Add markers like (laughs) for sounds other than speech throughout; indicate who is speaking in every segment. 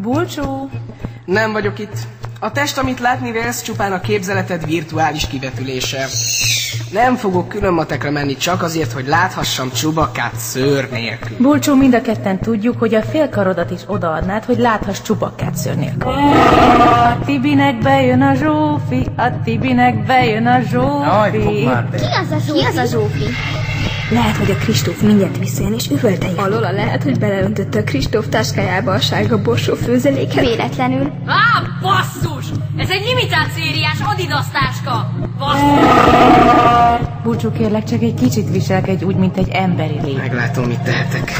Speaker 1: Bulcsú!
Speaker 2: Nem vagyok itt. A test, amit látni vélsz, csupán a képzeleted virtuális kivetülése. Nem fogok külön matekra menni csak azért, hogy láthassam csubakát szőr nélkül.
Speaker 1: Bulcsú, mind a ketten tudjuk, hogy a félkarodat is odaadnád, hogy láthass csubakkát szőr nélkül. A Tibinek bejön a Zsófi, a Tibinek bejön a Zsófi.
Speaker 3: Ki az a Zsófi?
Speaker 4: Ki az a Zsófi?
Speaker 5: Lehet, hogy a Kristóf mindent visszajön és üvölte
Speaker 6: A Lola lehet, hogy beleöntötte a Kristóf táskájába a sárga borsó főzeléket.
Speaker 4: Véletlenül.
Speaker 7: Á, basszus! Ez egy limitált szériás Adidas táska! Basszus!
Speaker 1: Bulcsú, kérlek, csak egy kicsit viselkedj úgy, mint egy emberi lény.
Speaker 2: Meglátom, mit tehetek.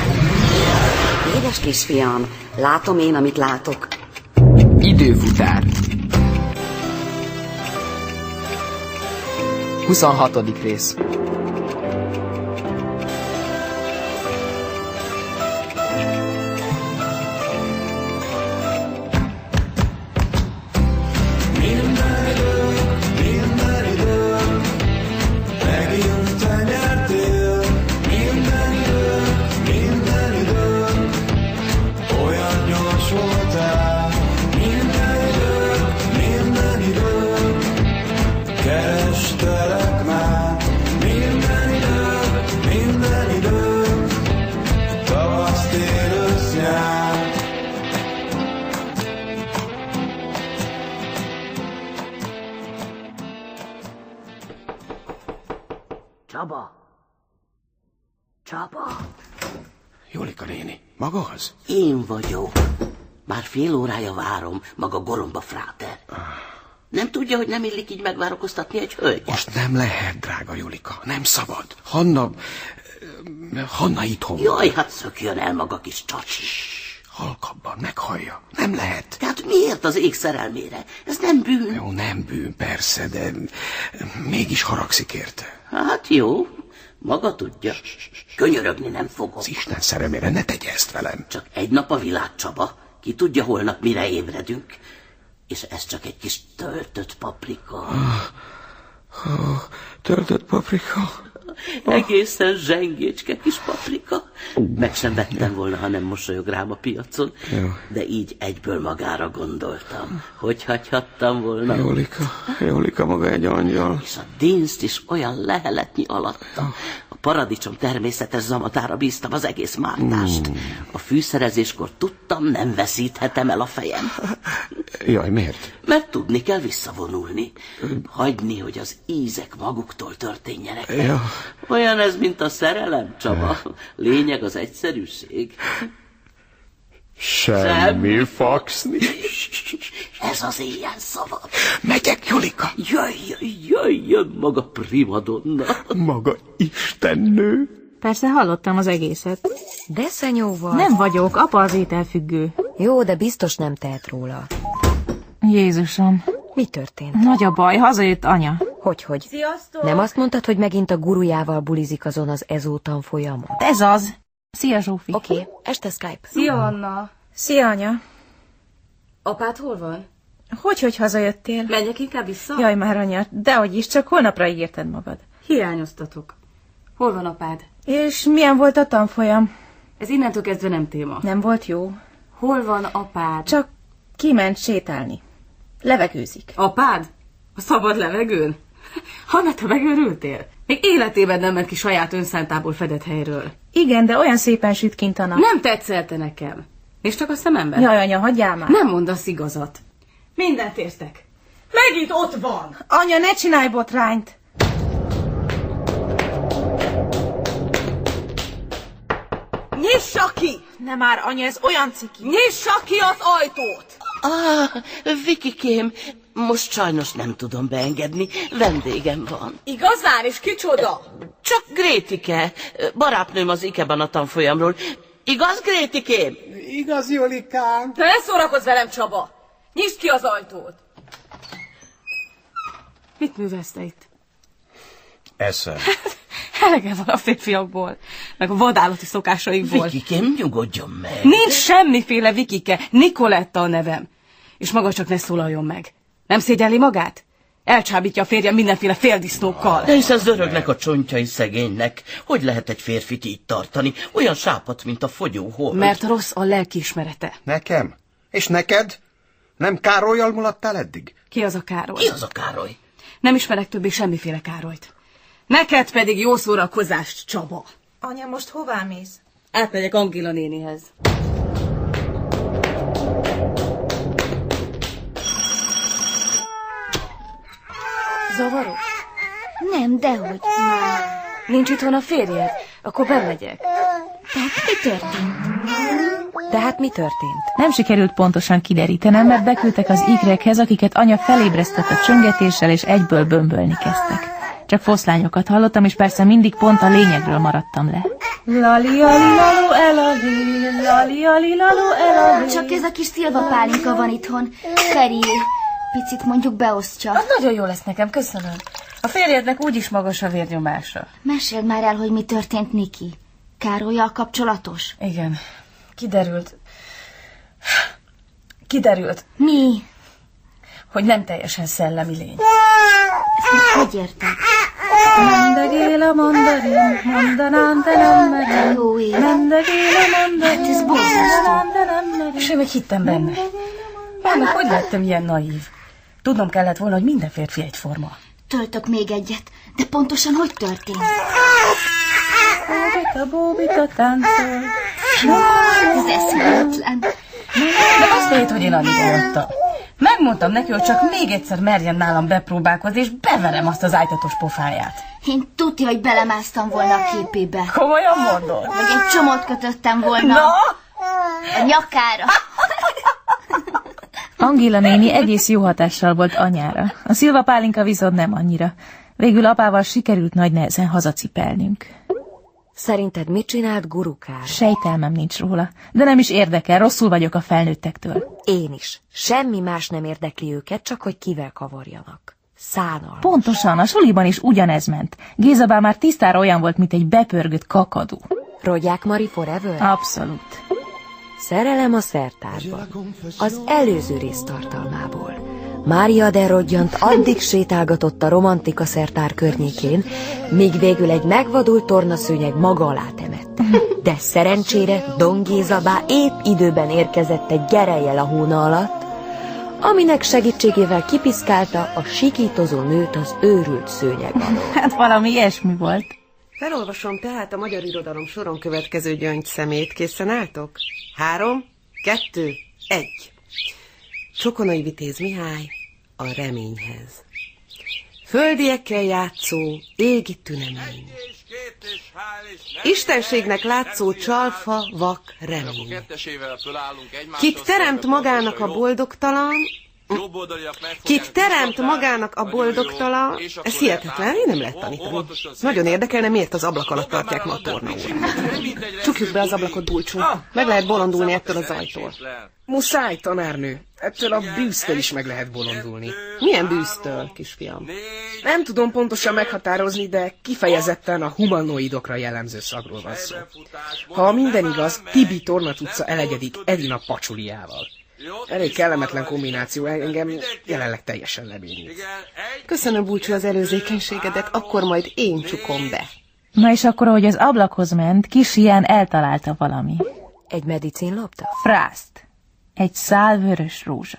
Speaker 8: Édes kisfiam, látom én, amit látok.
Speaker 9: Időfutár 26. rész
Speaker 8: Csaba! Csaba!
Speaker 10: Jolika néni, maga az?
Speaker 8: Én vagyok. Már fél órája várom maga goromba fráter.
Speaker 10: Ah.
Speaker 8: Nem tudja, hogy nem illik így megvárakoztatni egy hölgyet?
Speaker 10: Most nem lehet, drága Jolika, nem szabad. Hanna... ö, Hanna itthon. van.
Speaker 8: Jaj, hát szökjön el maga kis csacs.
Speaker 10: Halkabban, meghallja. Nem lehet.
Speaker 8: Tehát miért az ég szerelmére? Ez nem bűn.
Speaker 10: Jó, nem bűn, persze, de mégis haragszik érte.
Speaker 8: Hát jó, maga tudja. Könyörögni nem fogok.
Speaker 10: Az Isten szeremére ne tegye ezt velem.
Speaker 8: Csak egy nap a világ, Csaba. Ki tudja holnap mire ébredünk. És ez csak egy kis töltött paprika.
Speaker 10: Ah. Töltött paprika.
Speaker 8: Egészen zsengécske kis paprika. Meg sem vettem volna, ha nem mosolyog rám a piacon. De így egyből magára gondoltam. Hogy hagyhattam volna?
Speaker 10: Jolika, Jolika maga egy angyal.
Speaker 8: és a dinst is olyan leheletnyi
Speaker 10: Ah.
Speaker 8: alatta. A paradicsom természetes zamatára bíztam az egész
Speaker 10: Hmm.
Speaker 8: mártást. A fűszerezéskor tudtam, nem veszíthetem el a fejem,
Speaker 10: Jaj, miért?
Speaker 8: mert tudni kell visszavonulni. Hagyni, hogy az ízek maguktól történjenek.
Speaker 10: Ja.
Speaker 8: Olyan ez, mint a szerelem, Csaba. Lényeg az egyszerűség. Semmi
Speaker 10: faxni.
Speaker 8: Ez az ilyen szava.
Speaker 10: Megyek, Jolika.
Speaker 8: Jöjjön, jöjjön maga primadonna.
Speaker 10: Maga istennő.
Speaker 1: Persze hallottam az egészet.
Speaker 11: De szenyó vagy.
Speaker 1: Nem vagyok, apa az ételfüggő.
Speaker 11: Jó, de biztos nem tehet róla.
Speaker 1: Jézusom,
Speaker 11: Mi történt?
Speaker 1: nagy a baj, hazajött anya.
Speaker 11: Hogy, hogy? Sziasztok! Nem azt mondtad, hogy megint a gurujával bulizik azon az ezó folyamon?
Speaker 1: Ez az. Szia, Zsófi.
Speaker 11: Oké, okay, este Skype.
Speaker 3: Szia, Anna.
Speaker 1: Szia, anya.
Speaker 3: Apád hol van?
Speaker 1: Hogy, hogy hazajöttél?
Speaker 3: Menjek inkább vissza?
Speaker 1: Jaj, már anya, dehogy is, csak holnapra ígérted magad.
Speaker 3: Hiányoztatok. Hol van apád?
Speaker 1: És milyen volt a tanfolyam?
Speaker 3: Ez innentől kezdve nem téma.
Speaker 1: Nem volt jó.
Speaker 3: Hol van apád?
Speaker 1: Csak kiment sétálni. Levegőzik.
Speaker 3: Apád? A szabad levegőn? (laughs) Hanna, te megőrültél? Még életében nem ment ki saját önszántából fedett helyről.
Speaker 1: Igen, de olyan szépen süt kint a nap.
Speaker 3: Nem tetszelte nekem. És csak a szememben?
Speaker 1: Jaj, anya, hagyjál már.
Speaker 3: Nem mondasz igazat. Mindent értek. Megint ott van!
Speaker 1: Anya, ne csinálj botrányt!
Speaker 3: Nyissa ki!
Speaker 1: Nem már, anya, ez olyan ciki.
Speaker 3: Nyissa ki az ajtót!
Speaker 8: Ah, Vikikém, most sajnos nem tudom beengedni, vendégem van.
Speaker 3: Igazán és kicsoda?
Speaker 8: Csak Grétike, barátnőm az Ikeben a tanfolyamról. Igaz, Grétikém?
Speaker 10: Igaz, Jolikám.
Speaker 3: Te ne szórakozz velem, Csaba! Nyisd ki az ajtót! Mit művelsz te itt?
Speaker 10: Esze.
Speaker 3: Elege van a férfiakból, meg a vadállati szokásaikból.
Speaker 8: Vikikém, nyugodjon meg.
Speaker 3: Nincs semmiféle Vikike, Nikoletta a nevem. És maga csak ne szólaljon meg. Nem szégyelli magát? Elcsábítja a férjem mindenféle féldisznókkal.
Speaker 8: De hisz ez örögnek a csontjai szegénynek. Hogy lehet egy férfit így tartani? Olyan sápat, mint a fogyó hol.
Speaker 3: Mert rossz a lelkiismerete.
Speaker 10: Nekem?
Speaker 8: És neked? Nem Károlyjal muladtál eddig?
Speaker 3: Ki az a Károly?
Speaker 8: Ki az a Károly?
Speaker 3: Nem ismerek többé semmiféle Károlyt. Neked pedig jó szórakozást, Csaba.
Speaker 1: Anya, most hová mész?
Speaker 3: Átmegyek Angéla nénihez. Zavaros?
Speaker 12: Nem, dehogy.
Speaker 11: Nincs itthon a férjed? Akkor bemegyek.
Speaker 12: Tehát mi történt?
Speaker 11: De hát mi történt?
Speaker 1: Nem sikerült pontosan kiderítenem, mert beküldtek az ikrekhez, akiket anya felébresztett a csöngetéssel, és egyből bömbölni kezdtek. Csak foszlányokat hallottam, és persze mindig pont a lényegről maradtam le.
Speaker 12: Lali, lali, lalu, elali, lali, lali, lalu, elali.
Speaker 13: Csak ez a kis szilva pálinka van itthon. Feri, picit mondjuk beosztja.
Speaker 11: Az nagyon jó lesz nekem, köszönöm. A férjednek úgyis magas a vérnyomása.
Speaker 13: Meséld már el, hogy mi történt Niki. Károlyjal kapcsolatos?
Speaker 11: Igen. Kiderült. Kiderült.
Speaker 13: Mi?
Speaker 11: Hogy nem teljesen szellemi lény.
Speaker 13: Ezt
Speaker 12: Hát,
Speaker 13: még hogy érted?
Speaker 1: Mendegéle mondarim, mondanám, de nem merem.
Speaker 13: Jó ég.
Speaker 1: Mendegéle mondarim,
Speaker 13: Hát ez borzasztó.
Speaker 1: de nem merem.
Speaker 11: És én még hittem benne. Annak hogy lettem ilyen naív? Tudnom kellett volna, hogy minden férfi egyforma.
Speaker 13: Töltök még egyet, de pontosan hogy történt?
Speaker 1: Bóbita, bóbita táncol.
Speaker 13: Ez eszméletlen.
Speaker 11: De azt hét, hogy én annyit mondtam. Megmondtam neki, hogy csak még egyszer merjen nálam bepróbálkozni, és beverem azt az ájtatos pofáját.
Speaker 13: Én tudja, hogy belemásztam volna a képébe.
Speaker 11: Komolyan mondod?
Speaker 13: Hogy egy csomót kötöttem volna.
Speaker 11: Na?
Speaker 13: A nyakára.
Speaker 1: Angéla néni egész jó hatással volt anyára. A Szilva Pálinka viszont nem annyira. Végül apával sikerült nagy nehezen hazacipelnünk.
Speaker 11: Szerinted mit csinált gurukár?
Speaker 1: Sejtelmem nincs róla, de nem is érdekel, rosszul vagyok a felnőttektől.
Speaker 11: Én is. Semmi más nem érdekli őket, csak hogy kivel kavarjanak. Szánal.
Speaker 1: Pontosan, a suliban is ugyanez ment. Géza bár már tisztára olyan volt, mint egy bepörgött kakadú.
Speaker 11: Rogyák Mari Forever?
Speaker 1: Abszolút.
Speaker 11: Szerelem a szertárban. Az előző rész tartalmából. Mária de Rodjant addig sétálgatott a romantika szertár környékén, míg végül egy megvadult tornaszőnyeg maga alá temette. De szerencsére Don Gézabá épp időben érkezett egy gerejjel a hóna alatt, aminek segítségével kipiszkálta a sikítozó nőt az őrült szőnyeg alól.
Speaker 1: (laughs) Hát valami ilyesmi volt.
Speaker 14: Felolvasom tehát a magyar irodalom soron következő gyöngy szemét. Készen álltok? Három, kettő, egy. Csokonai Vitéz Mihály a reményhez. Földiekkel játszó, égi tünemény. Istenségnek látszó csalfa, vak, remény. Kit teremt magának a boldogtalan, Kit teremt magának a boldogtalan, ez hihetetlen, én nem lehet tanítani. Nagyon érdekelne, miért az ablak alatt tartják ma a torna Csukjuk be az ablakot, Bulcsú. Meg lehet bolondulni ettől az ajtól.
Speaker 2: Muszáj, tanárnő. Ettől a bűztől is meg lehet bolondulni.
Speaker 14: Milyen bűztől, kisfiam?
Speaker 2: Nem tudom pontosan meghatározni, de kifejezetten a humanoidokra jellemző szagról van szó. Ha minden igaz, Tibi Tornat utca elegyedik Edina Pacsuliával. Elég kellemetlen kombináció, engem jelenleg teljesen lebénít.
Speaker 14: Köszönöm, Bulcsú, az előzékenységedet, akkor majd én csukom be.
Speaker 1: Na és akkor, ahogy az ablakhoz ment, kis ilyen eltalálta valami.
Speaker 11: Egy medicinlopta?
Speaker 1: Frászt. Egy szál vörös rózsa.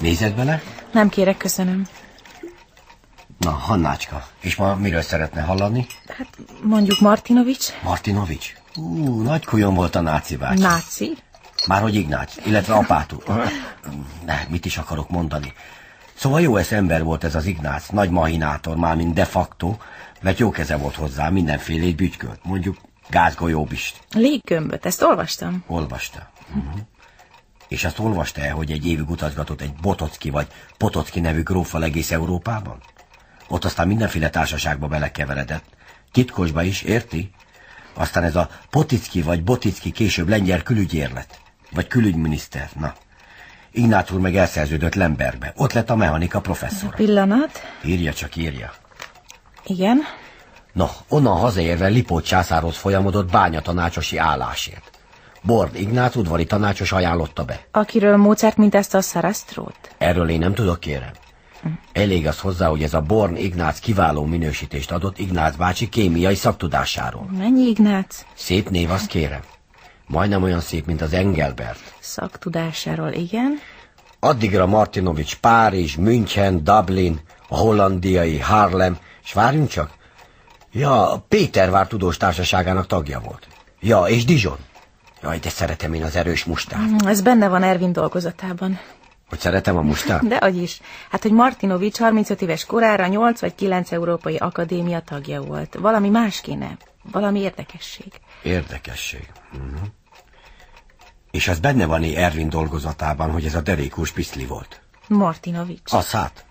Speaker 15: Nézed bele?
Speaker 1: Nem kérek, köszönöm.
Speaker 15: Na, Hannácska, és ma miről szeretne hallani?
Speaker 1: Hát mondjuk Martinovics,
Speaker 15: Martinovics. Ú, nagy kujon volt a náci bácsi.
Speaker 1: náci.
Speaker 15: Márhogy Ignác, illetve apátú. Ne, mit is akarok mondani. Szóval jó ez ember volt ez az Ignác, nagy mahinátor, mármint de facto, mert jó keze volt hozzá, mindenfélét bütykölt, mondjuk gázgolyóbist.
Speaker 1: Léggömböt, ezt olvastam.
Speaker 15: Olvasta. Mhm. És azt olvasta el, hogy egy évig utazgatott egy Botocki vagy Potocki nevű gróffal egész Európában? Ott aztán mindenféle társaságba belekeveredett. Titkosba is, érti? Aztán ez a Poticki vagy Boticki később lengyel külügyér lett. Vagy külügyminiszter, na. Ignác úr meg elszerződött Lembergbe. Ott lett a mechanika professzor.
Speaker 1: Pillanat.
Speaker 15: Írja csak írja.
Speaker 1: Igen.
Speaker 15: No, onnan hazaérve Lipót császárhoz folyamodott bánya tanácsosi állásért. Bord Ignác udvari tanácsos ajánlotta be.
Speaker 1: Akiről Mozart mintázta a Sarastrót.
Speaker 15: Erről én nem tudok, kérem. Elég az hozzá, hogy ez a Born Ignác kiváló minősítést adott Ignác bácsi kémiai szaktudásáról.
Speaker 1: Mennyi Ignác?
Speaker 15: Szép név, azt kérem. Majdnem olyan szép, mint az Engelbert.
Speaker 1: Szaktudásáról, igen.
Speaker 15: Addigra Martinovics Párizs, München, Dublin, a hollandiai Harlem, és várjunk csak. Ja, Pétervár Tudós Társaságának tagja volt. Ja, és Dijon. Jaj, de szeretem én az erős mustát.
Speaker 1: Mm, Ez benne van Ervin dolgozatában.
Speaker 15: Hogy szeretem a mustát?
Speaker 1: De hogy is. Hát, hogy Martinovics 35 éves korára 8 vagy 9 Európai Akadémia tagja volt. Valami más kéne. Valami érdekesség.
Speaker 15: Érdekesség. Mhm. És az benne van Ervin dolgozatában, hogy ez a derékús piszli volt.
Speaker 1: Martinovics.
Speaker 15: Az hát.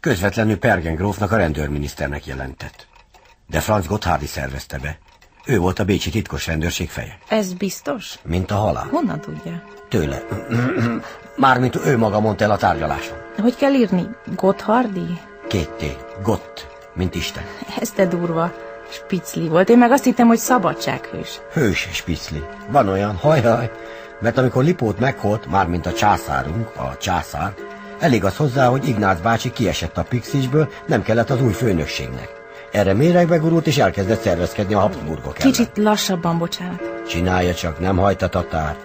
Speaker 15: Közvetlenül Pergen grófnak a rendőrminiszternek jelentett. De Franz Gotthardi szervezte be. Ő volt a bécsi titkos rendőrség feje.
Speaker 1: Ez biztos?
Speaker 15: Mint a halál.
Speaker 1: Honnan tudja?
Speaker 15: Tőle. Mhm, Mármint ő maga mondta el a tárgyaláson.
Speaker 1: Hogy kell írni? Gotthardi?
Speaker 15: Két T. Gott. Mint Isten.
Speaker 1: Ez de durva. Spicli volt. Én meg azt hittem, hogy szabadsághős.
Speaker 15: Hős spicli. Van olyan, hajhaj. Mert amikor Lipót meghalt, mármint a császárunk, a császár, elég az hozzá, hogy Ignác bácsi kiesett a pixisből, nem kellett az új főnökségnek. Erre méregbe gurult, és elkezdett szervezkedni a Habsburgok ellen.
Speaker 1: Kicsit lassabban, bocsánat.
Speaker 15: Csinálja csak, nem hajt a tatár.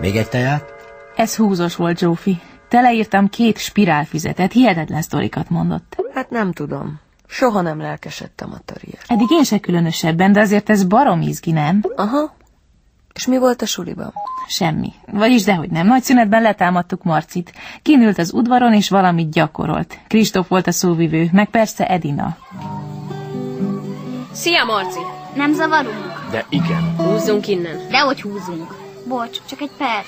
Speaker 15: Még egy teját?
Speaker 1: Ez húzos volt, Zsófi. Teleírtam két spirálfüzetet, hihetetlen sztorikat mondott.
Speaker 16: Hát nem tudom. Soha nem lelkesedtem a töriért.
Speaker 1: Eddig én se különösebben, de azért ez barom izgi, nem?
Speaker 16: Aha. És mi volt a suliban?
Speaker 1: Semmi. Vagyis dehogy nem. Nagy szünetben letámadtuk Marcit. Kinült az udvaron, és valamit gyakorolt. Kristóf volt a szóvivő, meg persze Edina.
Speaker 7: Szia, Marci!
Speaker 13: Nem zavarunk?
Speaker 17: De igen.
Speaker 7: Húzzunk innen.
Speaker 13: Dehogy húzunk. Bocs, csak egy perc.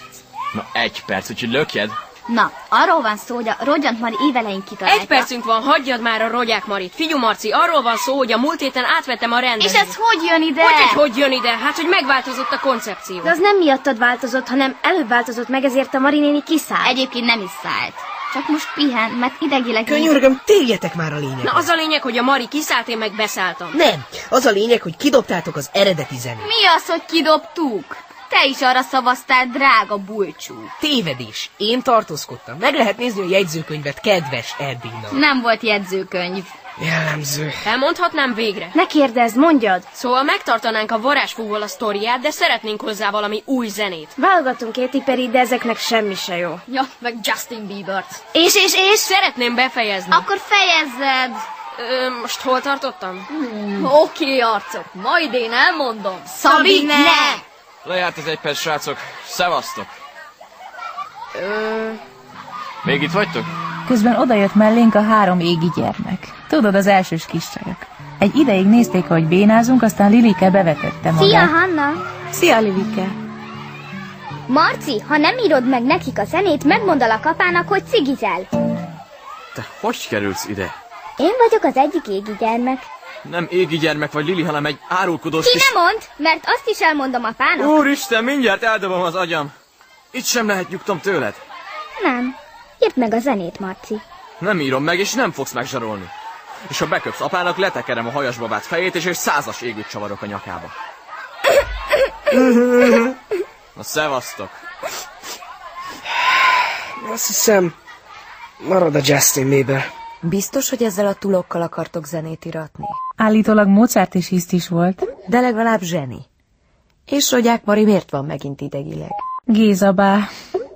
Speaker 17: Na egy perc, úgyhogy lökjed.
Speaker 13: Na, arról van szó, hogy a Rogyant Mari évelején kitalálta.
Speaker 7: Egy percünk van, hagyjad már a rogyák, Marit. Figyú, Marci, arról van szó, hogy a múlt héten átvettem a
Speaker 13: És
Speaker 7: rendelést.
Speaker 13: ez hogy jön ide?
Speaker 7: Hogy, hogy, hogy jön ide? Hát, hogy megváltozott a koncepció.
Speaker 13: De az nem miattad változott, hanem előbb változott meg, ezért a Mari néni kiszállt. Egyébként nem is szállt. Csak most pihen, mert idegileg...
Speaker 18: Könyörgöm, térjetek már a lényeg.
Speaker 7: Na, az a lényeg, hogy a Mari kiszállt, én meg beszálltam.
Speaker 18: Nem, az a lényeg, hogy kidobtátok az eredeti zenét.
Speaker 13: Mi az, hogy kidobtuk? Te is arra szavaztál, drága bulcsú.
Speaker 18: Tévedés. Én tartózkodtam. Meg lehet nézni a jegyzőkönyvet, kedves Edina.
Speaker 13: Nem volt jegyzőkönyv.
Speaker 18: Jellemző.
Speaker 7: Elmondhatnám végre?
Speaker 13: Ne kérdezz, mondjad!
Speaker 7: Szóval megtartanánk a varázsfúval a sztoriát, de szeretnénk hozzá valami új zenét.
Speaker 13: Válogatunk Katy Perry, de ezeknek semmi se jó.
Speaker 7: Ja, meg Justin Biebert.
Speaker 13: És, és, és?
Speaker 7: Szeretném befejezni.
Speaker 13: Akkor fejezzed! Hm.
Speaker 7: Ö, most hol tartottam? Hmm. Oké, okay, arcok, majd én elmondom.
Speaker 13: Szabi, ne!
Speaker 17: Lejárt az egy perc, srácok. Szevasztok.
Speaker 7: Ö,
Speaker 17: Még itt vagytok?
Speaker 1: Közben odajött mellénk a három égi gyermek. Tudod, az elsős kiscsajok. Egy ideig nézték, ahogy bénázunk, aztán Lilike bevetette magát.
Speaker 13: Szia, Hanna!
Speaker 1: Szia, Lilike!
Speaker 13: Marci, ha nem írod meg nekik a zenét, megmondalak apának, hogy cigizel.
Speaker 17: Te hogy kerülsz ide?
Speaker 13: Én vagyok az egyik égi gyermek.
Speaker 17: Nem égi gyermek vagy Lili, hanem egy árulkodós
Speaker 13: Ki ne mond, mert azt is elmondom apának.
Speaker 17: Úristen, mindjárt eldobom az agyam. Itt sem lehet nyugtom tőled.
Speaker 13: Nem. Írd meg a zenét, Marci.
Speaker 17: Nem írom meg, és nem fogsz megzsarolni. És ha beköpsz apának, letekerem a hajasbabát fejét, és egy százas égőt csavarok a nyakába. Na, szevasztok.
Speaker 2: Azt hiszem, marad a Justin Bieber.
Speaker 11: Biztos, hogy ezzel a tulokkal akartok zenét iratni?
Speaker 1: Állítólag Mozart is hiszt is volt.
Speaker 11: De legalább zseni. És Rogyák Mari miért van megint idegileg?
Speaker 1: Géza bá.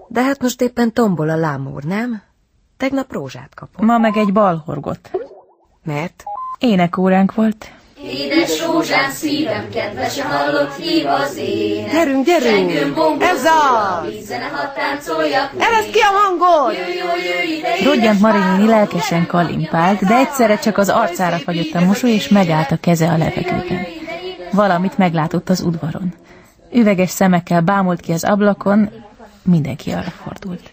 Speaker 11: De hát most éppen tombol a lámúr, nem? Tegnap rózsát kapott.
Speaker 1: Ma meg egy balhorgot.
Speaker 11: Mert?
Speaker 1: Énekóránk volt.
Speaker 19: Édes rózsám, szívem, kedves, hallott hív az ének.
Speaker 20: Gyerünk, gyerünk!
Speaker 19: Csengőn bongó,
Speaker 20: Ez az!
Speaker 19: Vízen, ha táncoljak még.
Speaker 20: Eresz ki a hangot!
Speaker 19: Jöjj, jöjj, jöjj ide, édes
Speaker 1: Rodgyant Marini
Speaker 19: párom,
Speaker 1: lelkesen kalimpált, de egyszerre csak az arcára fagyott a mosoly, és megállt a keze a levegőben. Valamit meglátott az udvaron. Üveges szemekkel bámult ki az ablakon, mindenki arra fordult.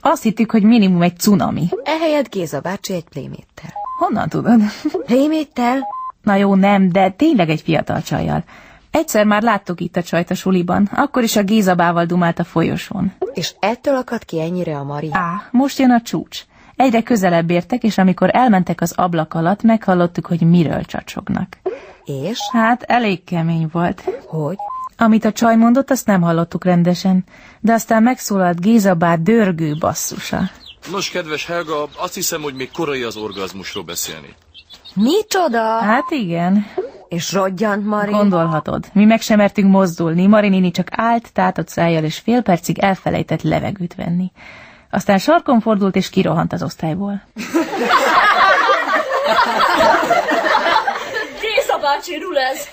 Speaker 1: Azt hittük, hogy minimum egy cunami.
Speaker 11: Ehelyett Géza bácsi egy pléméttel.
Speaker 1: Honnan tudod?
Speaker 11: Pléméttel?
Speaker 1: Na jó, nem, de tényleg egy fiatal csajjal. Egyszer már láttuk itt a csajt a suliban, akkor is a Gézabával dumált a folyosón.
Speaker 11: És ettől akad ki ennyire a Mari?
Speaker 1: Á, most jön a csúcs. Egyre közelebb értek, és amikor elmentek az ablak alatt, meghallottuk, hogy miről csacsognak.
Speaker 11: És?
Speaker 1: Hát elég kemény volt.
Speaker 11: Hogy?
Speaker 1: Amit a csaj mondott, azt nem hallottuk rendesen, de aztán megszólalt Géza bár dörgő basszusa.
Speaker 21: Nos, kedves Helga, azt hiszem, hogy még korai az orgazmusról beszélni.
Speaker 11: Micsoda?
Speaker 1: Hát igen.
Speaker 11: És rodjant, Mari?
Speaker 1: Gondolhatod. Mi meg sem mertünk mozdulni, Marinini csak állt, tátott szájjal, és fél percig elfelejtett levegőt venni. Aztán sarkon fordult, és kirohant az osztályból.
Speaker 19: Géza bácsi rulez!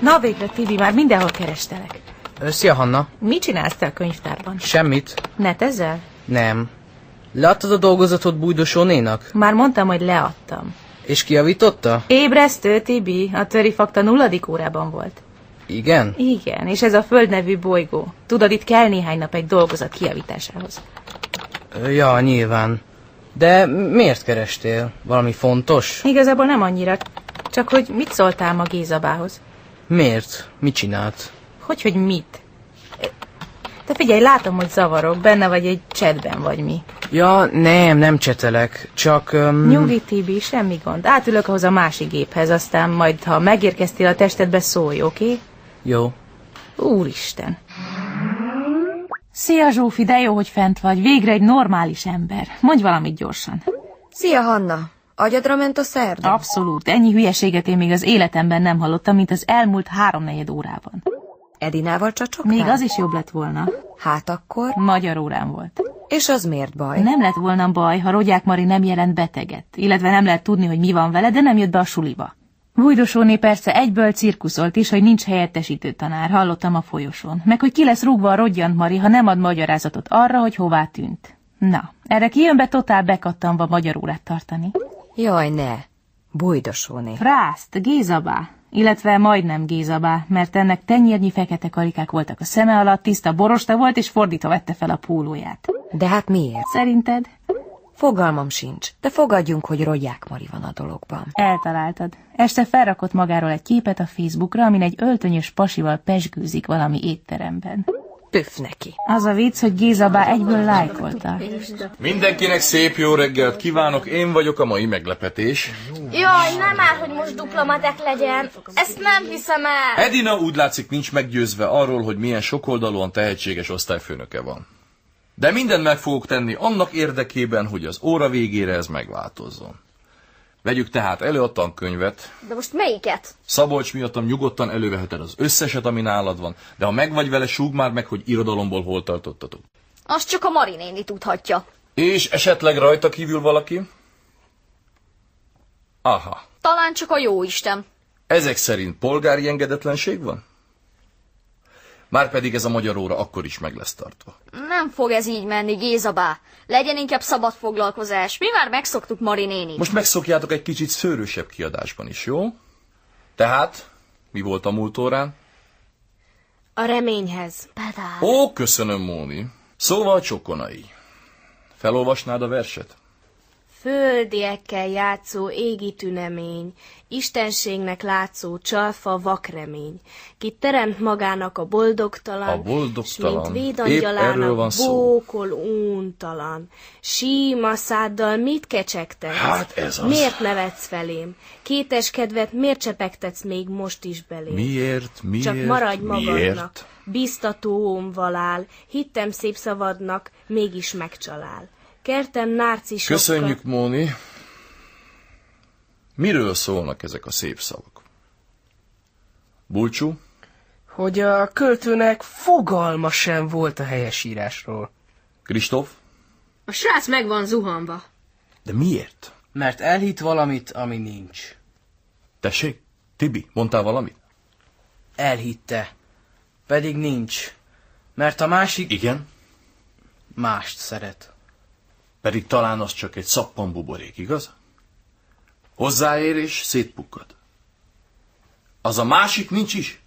Speaker 1: Na végre, Tibi, már mindenhol kerestelek.
Speaker 9: Szia, Hanna.
Speaker 1: Mit csinálsz te a könyvtárban?
Speaker 9: Semmit?
Speaker 1: Ne ezzel?
Speaker 9: Nem. Leadtad a dolgozatot bújdosónénak?
Speaker 1: Már mondtam, hogy leadtam.
Speaker 9: És kiavította?
Speaker 1: Ébresztő, Tibi, a töri fakta nulladik órában volt.
Speaker 9: Igen?
Speaker 1: Igen, és ez a Föld nevű bolygó. Tudod, itt kell néhány nap egy dolgozat kiavításához.
Speaker 9: Ja, nyilván. De miért kerestél? Valami fontos?
Speaker 1: Igazából nem annyira, csak hogy mit szóltál ma Gézabához?
Speaker 9: Miért? Mit csinált?
Speaker 1: Hogy, hogy mit? Te figyelj, látom, hogy zavarok, benne vagy egy csetben vagy mi.
Speaker 9: Ja, nem, nem csetelek, csak... Um...
Speaker 1: Nyugi, Tibi, semmi gond. Átülök ahhoz a másik géphez, aztán majd, ha megérkeztél a testedbe, szólj, oké? Okay?
Speaker 9: Jó.
Speaker 1: Úristen. Szia, Zsófi, de jó, hogy fent vagy. Végre egy normális ember. Mondj valamit gyorsan.
Speaker 11: Szia, Hanna. Agyadra ment a szerda?
Speaker 1: Abszolút. Ennyi hülyeséget én még az életemben nem hallottam, mint az elmúlt háromnegyed órában.
Speaker 11: Edinával csacsogtál?
Speaker 1: Még az is jobb lett volna.
Speaker 11: Hát akkor?
Speaker 1: Magyar órán volt.
Speaker 11: És az miért baj?
Speaker 1: Nem lett volna baj, ha Rogyák Mari nem jelent beteget, illetve nem lehet tudni, hogy mi van vele, de nem jött be a suliba. Bújdosóné persze egyből cirkuszolt is, hogy nincs helyettesítő tanár, hallottam a folyosón. Meg hogy ki lesz rúgva a Rogyant Mari, ha nem ad magyarázatot arra, hogy hová tűnt. Na, erre kijön be totál bekattanva magyar órát tartani.
Speaker 11: Jaj, ne! Bújdosóné.
Speaker 1: Frászt, Gézabá! Illetve majdnem Gézabá, mert ennek tenyérnyi fekete karikák voltak a szeme alatt, tiszta borosta volt, és fordítva vette fel a pólóját.
Speaker 11: De hát miért?
Speaker 1: Szerinted?
Speaker 11: Fogalmam sincs, de fogadjunk, hogy Rogyák Mari van a dologban.
Speaker 1: Eltaláltad. Este felrakott magáról egy képet a Facebookra, amin egy öltönyös pasival pesgőzik valami étteremben.
Speaker 11: Püff neki.
Speaker 1: Az a vicc, hogy Gézabá egyből lájkolta.
Speaker 21: Mindenkinek szép jó reggelt kívánok, én vagyok a mai meglepetés.
Speaker 13: Jaj, nem már, hogy most dupla matek legyen. Ezt nem hiszem el.
Speaker 21: Edina úgy látszik nincs meggyőzve arról, hogy milyen sokoldalúan tehetséges osztályfőnöke van. De mindent meg fogok tenni annak érdekében, hogy az óra végére ez megváltozzon. Vegyük tehát elő a tankönyvet.
Speaker 13: De most melyiket?
Speaker 21: Szabolcs miattam nyugodtan előveheted az összeset, ami nálad van, de ha meg vagy vele, súg már meg, hogy irodalomból hol tartottatok.
Speaker 13: Azt csak a Mari néni tudhatja.
Speaker 21: És esetleg rajta kívül valaki? Aha.
Speaker 13: Talán csak a jó Isten.
Speaker 21: Ezek szerint polgári engedetlenség van? Márpedig ez a magyar óra akkor is meg lesz tartva.
Speaker 13: Nem fog ez így menni, Gézabá. Legyen inkább szabad foglalkozás. Mi már megszoktuk Mari néni.
Speaker 21: Most megszokjátok egy kicsit szőrösebb kiadásban is, jó? Tehát, mi volt a múlt órán?
Speaker 6: A reményhez.
Speaker 13: Pedál.
Speaker 21: Ó, köszönöm, Móni. Szóval csokonai. Felolvasnád a verset?
Speaker 6: Földiekkel játszó égi tünemény, Istenségnek látszó csalfa vakremény, ki teremt magának a boldogtalan,
Speaker 21: A boldogtalan.
Speaker 6: s mint
Speaker 21: Épp erről van
Speaker 6: védangyalának
Speaker 21: szó.
Speaker 6: bókol úntalan. Síma száddal mit kecsegtetsz?
Speaker 21: Hát ez az.
Speaker 6: Miért nevetsz felém? Kétes kedvet miért csepegtetsz még most is belém?
Speaker 21: Miért, miért,
Speaker 6: Csak maradj magadnak,
Speaker 21: miért?
Speaker 6: biztató ómvalál, hittem szép szavadnak, mégis megcsalál. Kertem nárcisokkal...
Speaker 21: Köszönjük, Móni. Miről szólnak ezek a szép szavak? Bulcsú?
Speaker 18: Hogy a költőnek fogalma sem volt a helyesírásról.
Speaker 21: Kristóf?
Speaker 22: A srác meg van zuhanva.
Speaker 21: De miért?
Speaker 9: Mert elhitt valamit, ami nincs.
Speaker 21: Tessék, Tibi, mondtál valamit?
Speaker 9: Elhitte. Pedig nincs. Mert a másik...
Speaker 21: Igen?
Speaker 9: Mást szeret.
Speaker 21: Pedig talán az csak egy szappan buborék, igaz? Hozzáér és szétpukkad. Az a másik nincs is.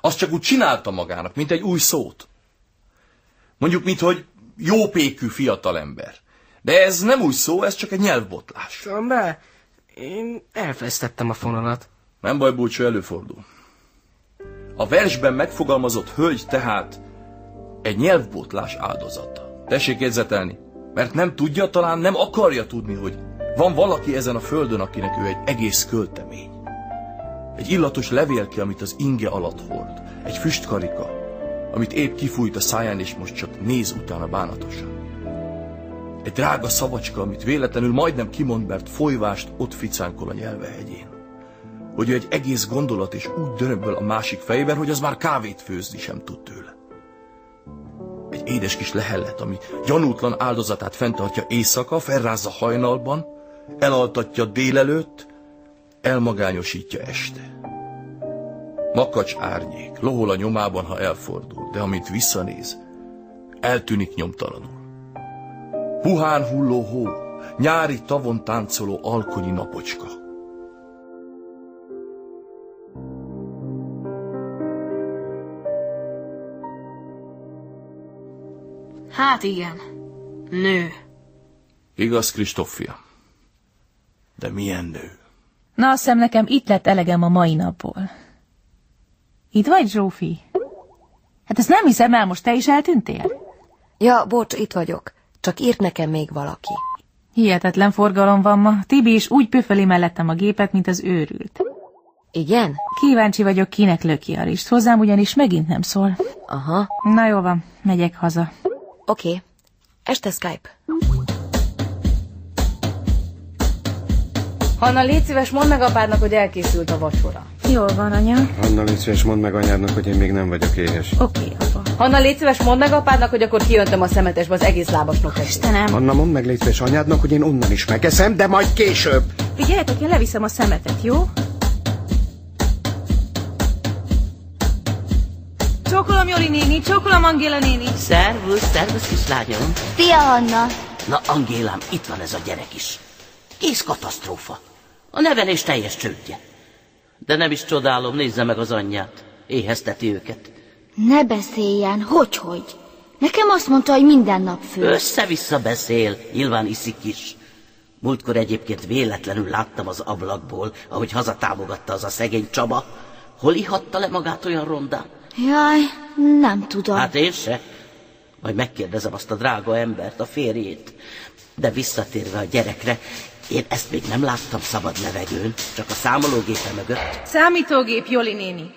Speaker 21: Az csak úgy csinálta magának, mint egy új szót. Mondjuk, mint hogy jópékű fiatalember. De ez nem új szó, ez csak egy nyelvbotlás.
Speaker 2: Tudom be, én elvesztettem a fonalat.
Speaker 21: Nem baj, búcsú, előfordul. A versben megfogalmazott hölgy tehát egy nyelvbotlás áldozata. Tessék jegyzetelni, mert nem tudja, talán nem akarja tudni, hogy van valaki ezen a földön, akinek ő egy egész költemény. Egy illatos levélke, amit az inge alatt hord. Egy füstkarika, amit épp kifújt a száján, és most csak néz utána bánatosan. Egy drága szavacska, amit véletlenül majdnem kimond, mert folyvást ott ficánkol a nyelve hegyén. Hogy ő egy egész gondolat és úgy dörömböl a másik fejében, hogy az már kávét főzni sem tud tőle. Egy édes kis lehellet, ami gyanútlan áldozatát fenntartja éjszaka, felrázza hajnalban, elaltatja délelőtt, elmagányosítja este. Makacs árnyék, lohol a nyomában, ha elfordul, de amint visszanéz, eltűnik nyomtalanul. Puhán hulló hó, nyári tavon táncoló alkonyi napocska.
Speaker 22: Hát igen. Nő.
Speaker 21: Igaz, Kristoffia? De milyen nő?
Speaker 1: Na, azt hiszem nekem itt lett elegem a mai napból. Itt vagy, Zsófi? Hát ezt nem hiszem el, most te is eltűntél?
Speaker 11: Ja, bocs, itt vagyok. Csak írt nekem még valaki.
Speaker 1: Hihetetlen forgalom van ma. Tibi is úgy püföli mellettem a gépet, mint az őrült.
Speaker 11: Igen?
Speaker 1: Kíváncsi vagyok, kinek löki a rist. Hozzám ugyanis megint nem szól.
Speaker 11: Aha.
Speaker 1: Na jó van, megyek haza.
Speaker 11: Oké. Okay. Este Skype.
Speaker 3: Hanna, légy szíves, mondd meg apádnak, hogy elkészült a vacsora.
Speaker 1: Jól van, anya.
Speaker 23: Hanna, légy szíves, mondd meg anyádnak, hogy én még nem vagyok éhes.
Speaker 1: Oké, okay, apa.
Speaker 3: Hanna, légy szíves, mondd meg apádnak, hogy akkor kiöntöm a szemetesbe az egész lábasnok.
Speaker 1: Istenem.
Speaker 23: Hanna, mondd meg, légy szíves anyádnak, hogy én onnan is megeszem, de majd később.
Speaker 1: Figyeljetek, én leviszem a szemetet, jó? Csókolom Joli néni, csókolom Angéla néni.
Speaker 8: Szervusz, szervusz, kislányom.
Speaker 13: Szia, Anna.
Speaker 8: Na, Angélám, itt van ez a gyerek is. Kész katasztrófa. A nevelés teljes csődje. De nem is csodálom, nézze meg az anyját. Éhezteti őket.
Speaker 13: Ne beszéljen, hogy hogy. Nekem azt mondta, hogy minden nap fő.
Speaker 8: Össze-vissza beszél, nyilván iszik is. Múltkor egyébként véletlenül láttam az ablakból, ahogy hazatámogatta az a szegény Csaba. Hol ihatta le magát olyan rondán?
Speaker 13: Jaj, nem tudom.
Speaker 8: Hát én se. Majd megkérdezem azt a drága embert, a férjét. De visszatérve a gyerekre, én ezt még nem láttam szabad levegőn, csak a számológépe mögött.
Speaker 3: Számítógép, Joli néni.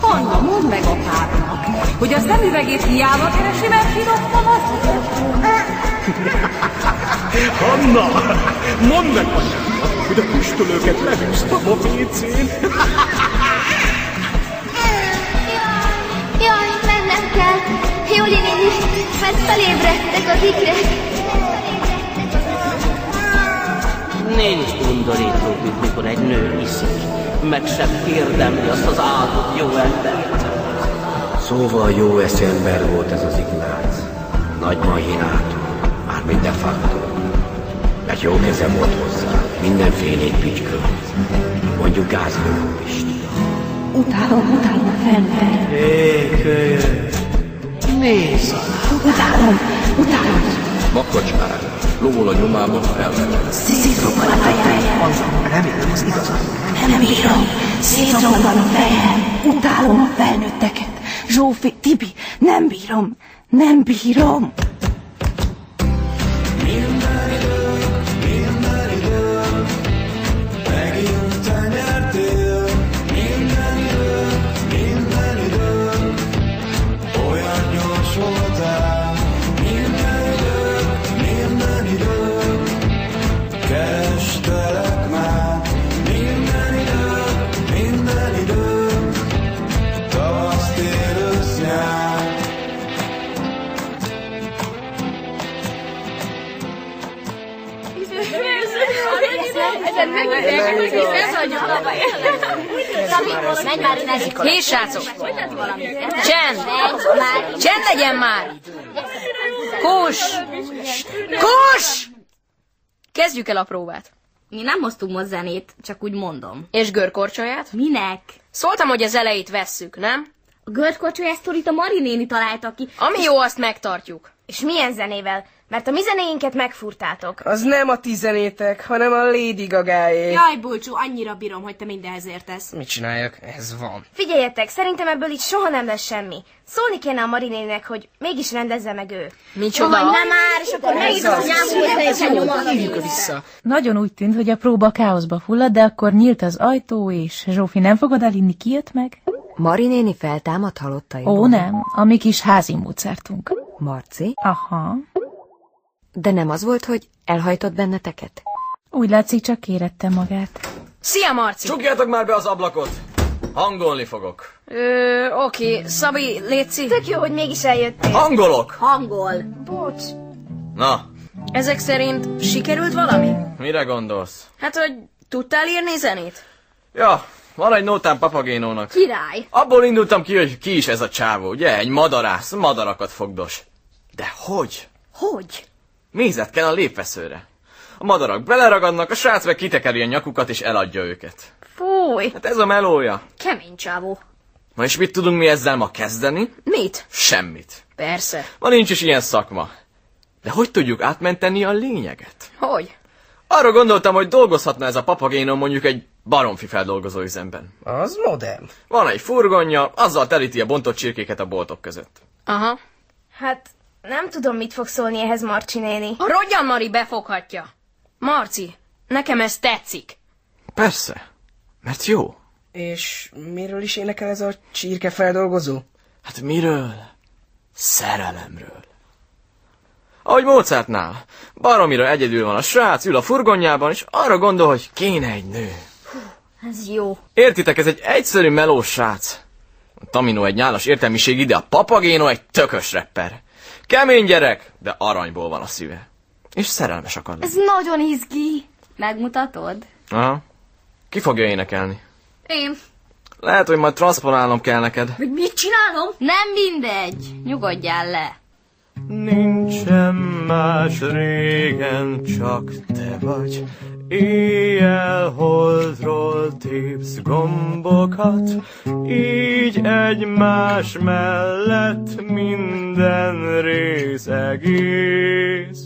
Speaker 3: Hanna, mondd meg apádnak, hogy a szemüvegét hiába keresi, mert sírottam azt.
Speaker 10: Hanna, mondd meg anyámnak, hogy a füstölőket lehúztam a vécén.
Speaker 13: Jaj, mennem kell. Joli néni, mert felébredtek az ikrek.
Speaker 8: Nincs undorító, mint mikor egy nő iszik, meg sem érdemli azt az áldott jó embert.
Speaker 15: Szóval jó eszember volt ez az Ignác. Nagy mahinától, mármint de facto. Mert jó kezem volt hozzá, mindenfélét pücskölt. Mondjuk gázló is.
Speaker 5: Utálom, utálom a fennet.
Speaker 15: Hé, kölyök!
Speaker 8: Nézd!
Speaker 5: Utálom, utálom.
Speaker 21: Makacs áll, lovol a nyomában, ha elmegy.
Speaker 5: Szétrobban a fejem.
Speaker 15: Remélem, az igazad.
Speaker 5: Nem bírom. Szétrobban a fejem. Utálom a felnőtteket. Zsófi, Tibi, nem bírom. Nem bírom.
Speaker 24: Minden idő, tavasz, tél, ősz, nyár
Speaker 7: Menj már innen! Hé, srácok! Csend! Csend legyen már! Kus! Kus! Kezdjük el a próbát.
Speaker 13: Mi nem hoztunk most zenét, csak úgy mondom.
Speaker 7: És görkorcsolyát?
Speaker 13: Minek?
Speaker 7: Szóltam, hogy az elejét vesszük, nem?
Speaker 13: A görkorcsolyás sztorit a Mari néni találta ki.
Speaker 7: Ami jó, azt megtartjuk.
Speaker 4: És milyen zenével? Mert a mi zenéinket megfurtátok.
Speaker 2: Az nem a tizenétek, hanem a Lady Gagáé.
Speaker 4: Jaj, Bulcsú, annyira bírom, hogy te mindenhez értesz.
Speaker 2: Mit csináljak? Ez van.
Speaker 4: Figyeljetek, szerintem ebből itt soha nem lesz semmi. Szólni kéne a Marinének, hogy mégis rendezze meg ő.
Speaker 7: Micsoda?
Speaker 4: Jaj, nem már, és akkor megint az
Speaker 2: Hívjuk vissza.
Speaker 1: Nagyon úgy tűnt, hogy a próba káoszba fullad, de akkor nyílt az ajtó, és Zsófi nem fogod elinni, ki jött meg?
Speaker 11: Mari néni feltámad halottaiból.
Speaker 1: Ó, nem, a mi kis házi módszertunk. Ah,
Speaker 11: Marci?
Speaker 1: Aha.
Speaker 11: De nem az volt, hogy elhajtott benneteket?
Speaker 1: Úgy látszik, csak érette magát.
Speaker 7: Szia, Marci!
Speaker 17: Csukjátok már be az ablakot! Hangolni fogok.
Speaker 7: Ö, oké, Szabi, létszi.
Speaker 4: Tök jó, hogy mégis eljöttél.
Speaker 17: Hangolok!
Speaker 4: Hangol. Bocs.
Speaker 17: Na,
Speaker 7: Ezek szerint sikerült valami?
Speaker 17: mire gondolsz?
Speaker 7: Hát, hogy tudtál írni zenét?
Speaker 17: Ja, van egy nótám papagénónak.
Speaker 7: Király!
Speaker 17: Abból indultam ki, hogy ki is ez a csávó, ugye? Egy madarász, madarakat fogdos. De hogy?
Speaker 4: Hogy?
Speaker 17: Mézet kell a lépveszőre. A madarak beleragadnak, a srác meg kitekeri a nyakukat és eladja őket.
Speaker 7: Fúj!
Speaker 17: Hát ez a melója.
Speaker 7: Kemény csávó.
Speaker 17: Na és mit tudunk mi ezzel ma kezdeni?
Speaker 7: Mit?
Speaker 17: Semmit.
Speaker 7: Persze.
Speaker 17: Ma nincs is ilyen szakma. De hogy tudjuk átmenteni a lényeget?
Speaker 7: Hogy?
Speaker 17: Arra gondoltam, hogy dolgozhatna ez a papagénom mondjuk egy baromfi feldolgozó üzemben.
Speaker 2: Az modern.
Speaker 17: Van egy furgonja, azzal telíti a bontott csirkéket a boltok között.
Speaker 7: Aha.
Speaker 4: Hát nem tudom, mit fog szólni ehhez Marcsi néni.
Speaker 7: A Rogyan Mari befoghatja. Marci, nekem ez tetszik.
Speaker 17: Persze, mert jó.
Speaker 2: És miről is énekel ez a csirkefeldolgozó?
Speaker 17: Hát miről? Szerelemről. Ahogy Mozartnál. Baromira egyedül van a srác, ül a furgonjában, és arra gondol, hogy kéne egy nő.
Speaker 4: Ez jó.
Speaker 17: Értitek, ez egy egyszerű melós srác. A Tamino egy nyálas értelmiség ide, a papagéno egy tökös repper. Kemény gyerek, de aranyból van a szíve. És szerelmes akar lenni.
Speaker 13: Ez nagyon izgi. Megmutatod?
Speaker 17: Aha. Ki fogja énekelni?
Speaker 13: Én.
Speaker 17: Lehet, hogy majd transponálnom kell neked.
Speaker 13: Hogy mit csinálom? Nem mindegy. Nyugodjál le.
Speaker 17: Nincsen más régen, csak te vagy. Éjjel holdról tépsz gombokat, így egymás mellett minden rész egész.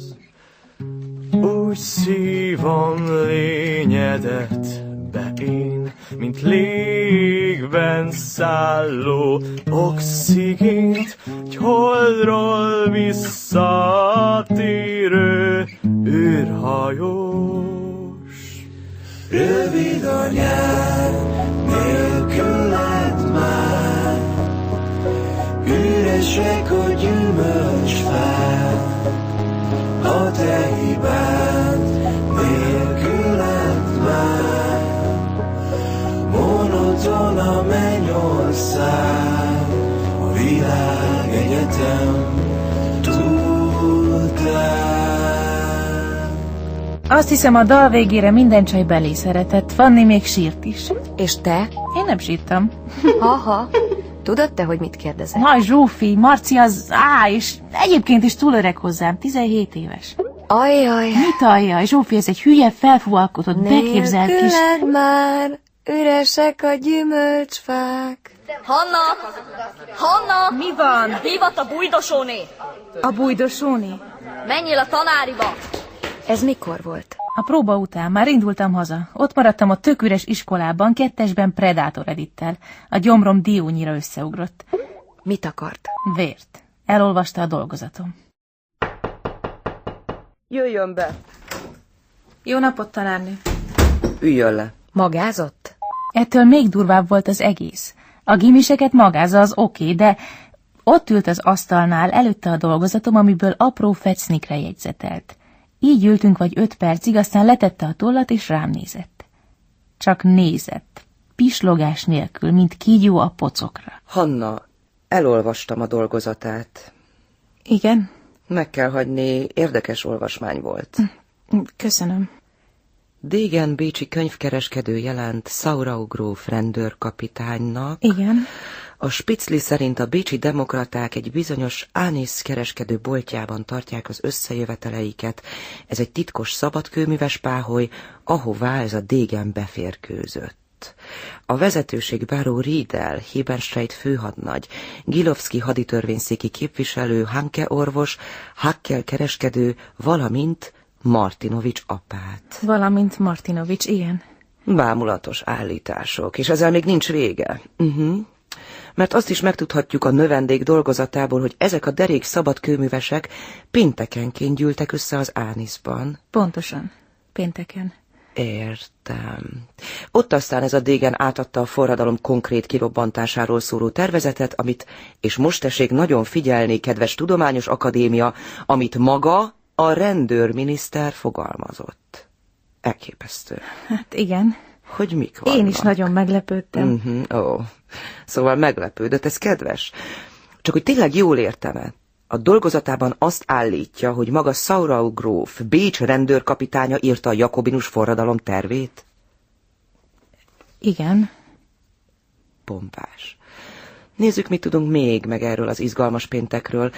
Speaker 17: Úgy szívom lényedet be én, mint légben szálló oxigént, egy holdról visszatérő űrhajós. Rövid a nyár, nélküled már, üresek a gyümölcsfák, a te hibád, nélküled már, monoton a mennyország, a világ egyetem túl
Speaker 1: Azt hiszem, a dal végére minden csaj belé szeretett, Fanni még sírt is.
Speaker 11: És te?
Speaker 1: Én nem sírtam.
Speaker 11: Aha. Tudod te, hogy mit kérdezek?
Speaker 1: Na, Zsófi, Marci az á, és egyébként is túl öreg hozzám, 17 éves.
Speaker 11: Ajaj,
Speaker 1: Mit alja? Zsófi, ez egy hülye, felfúalkotott, beképzelt kis...
Speaker 11: nélküled már, üresek a gyümölcsfák.
Speaker 7: Hanna! Hanna! Mi van? Hívott a bújdosóné!
Speaker 1: A bújdosóni.
Speaker 7: Menjél a tanáriba!
Speaker 11: Ez mikor volt?
Speaker 1: A próba után már indultam haza. Ott maradtam a tök üres iskolában, kettesben Predator Edittel. A gyomrom diónyira összeugrott.
Speaker 11: Mit akart?
Speaker 1: Vért. Elolvasta a dolgozatom.
Speaker 18: Jöjjön be.
Speaker 25: Jó napot, tanárnő.
Speaker 9: Üljön le.
Speaker 11: Magázott?
Speaker 1: Ettől még durvább volt az egész. A gimiseket magázza az oké, de ott ült az asztalnál előtte a dolgozatom, amiből apró fecnikre jegyzetelt. Így ültünk vagy öt percig, aztán letette a tollat és rám nézett. Csak nézett, pislogás nélkül, mint kígyó a pocokra.
Speaker 25: Hanna, elolvastam a dolgozatát. Igen, Meg kell hagyni, érdekes olvasmány volt. Hm,
Speaker 1: köszönöm.
Speaker 20: Dégen Bécsi könyvkereskedő jelent Szauraugróf rendőrkapitánynak.
Speaker 1: Igen.
Speaker 20: A Spicli szerint a bécsi demokraták egy bizonyos Ánisz kereskedő boltjában tartják az összejöveteleiket. Ez egy titkos szabadkőműves páholy, ahová ez a Dégen beférkőzött. A vezetőség báró Riedel, Hebenstreit főhadnagy, Gilovski haditörvényszéki képviselő, Hanke orvos, Hakkel kereskedő, valamint Martinovics apát.
Speaker 1: Valamint Martinovics, igen.
Speaker 20: Bámulatos állítások, és ezzel még nincs vége. Uh-huh. Mert azt is megtudhatjuk a növendék dolgozatából, hogy ezek a derék szabadkőművesek péntekenként gyűltek össze az Ániszban.
Speaker 1: Pontosan. Pénteken.
Speaker 20: Értem. Ott aztán ez a Dégen átadta a forradalom konkrét kirobbantásáról szóló tervezetet, amit, és most tessék nagyon figyelni, kedves tudományos akadémia, amit maga a rendőrminiszter fogalmazott. Elképesztő.
Speaker 1: Hát igen.
Speaker 20: Hogy mik vannak?
Speaker 1: Én is nagyon meglepődtem.
Speaker 20: Uh-huh, ó. Szóval meglepődött, ez kedves. Csak hogy tényleg jól értem A dolgozatában azt állítja, hogy maga Saurau gróf, Bécs rendőrkapitánya írta a jakobinus forradalom tervét?
Speaker 1: Igen.
Speaker 20: Pompás. Nézzük, mit tudunk még meg erről az izgalmas péntekről.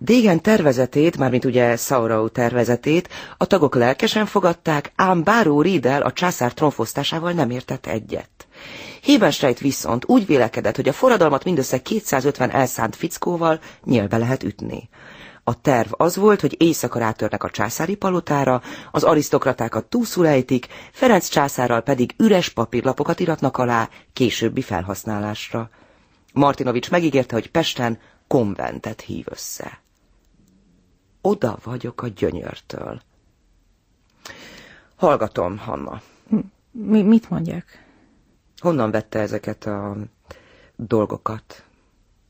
Speaker 20: Dégen tervezetét, mármint ugye Saurau tervezetét, a tagok lelkesen fogadták, ám Báró Riedel a császár tronfosztásával nem értett egyet. Hébenstreit viszont úgy vélekedett, hogy a forradalmat mindössze 250 elszánt fickóval nyílbe lehet ütni. A terv az volt, hogy éjszaka rátörnek a császári palotára, az arisztokratákat túszul ejtik, Ferenc császárral pedig üres papírlapokat iratnak alá későbbi felhasználásra. Martinovics megígérte, hogy Pesten konventet hív össze. Oda vagyok a gyönyörtől. Hallgatom, Hanna.
Speaker 1: Mi, mit mondjak?
Speaker 20: Honnan vette ezeket a dolgokat?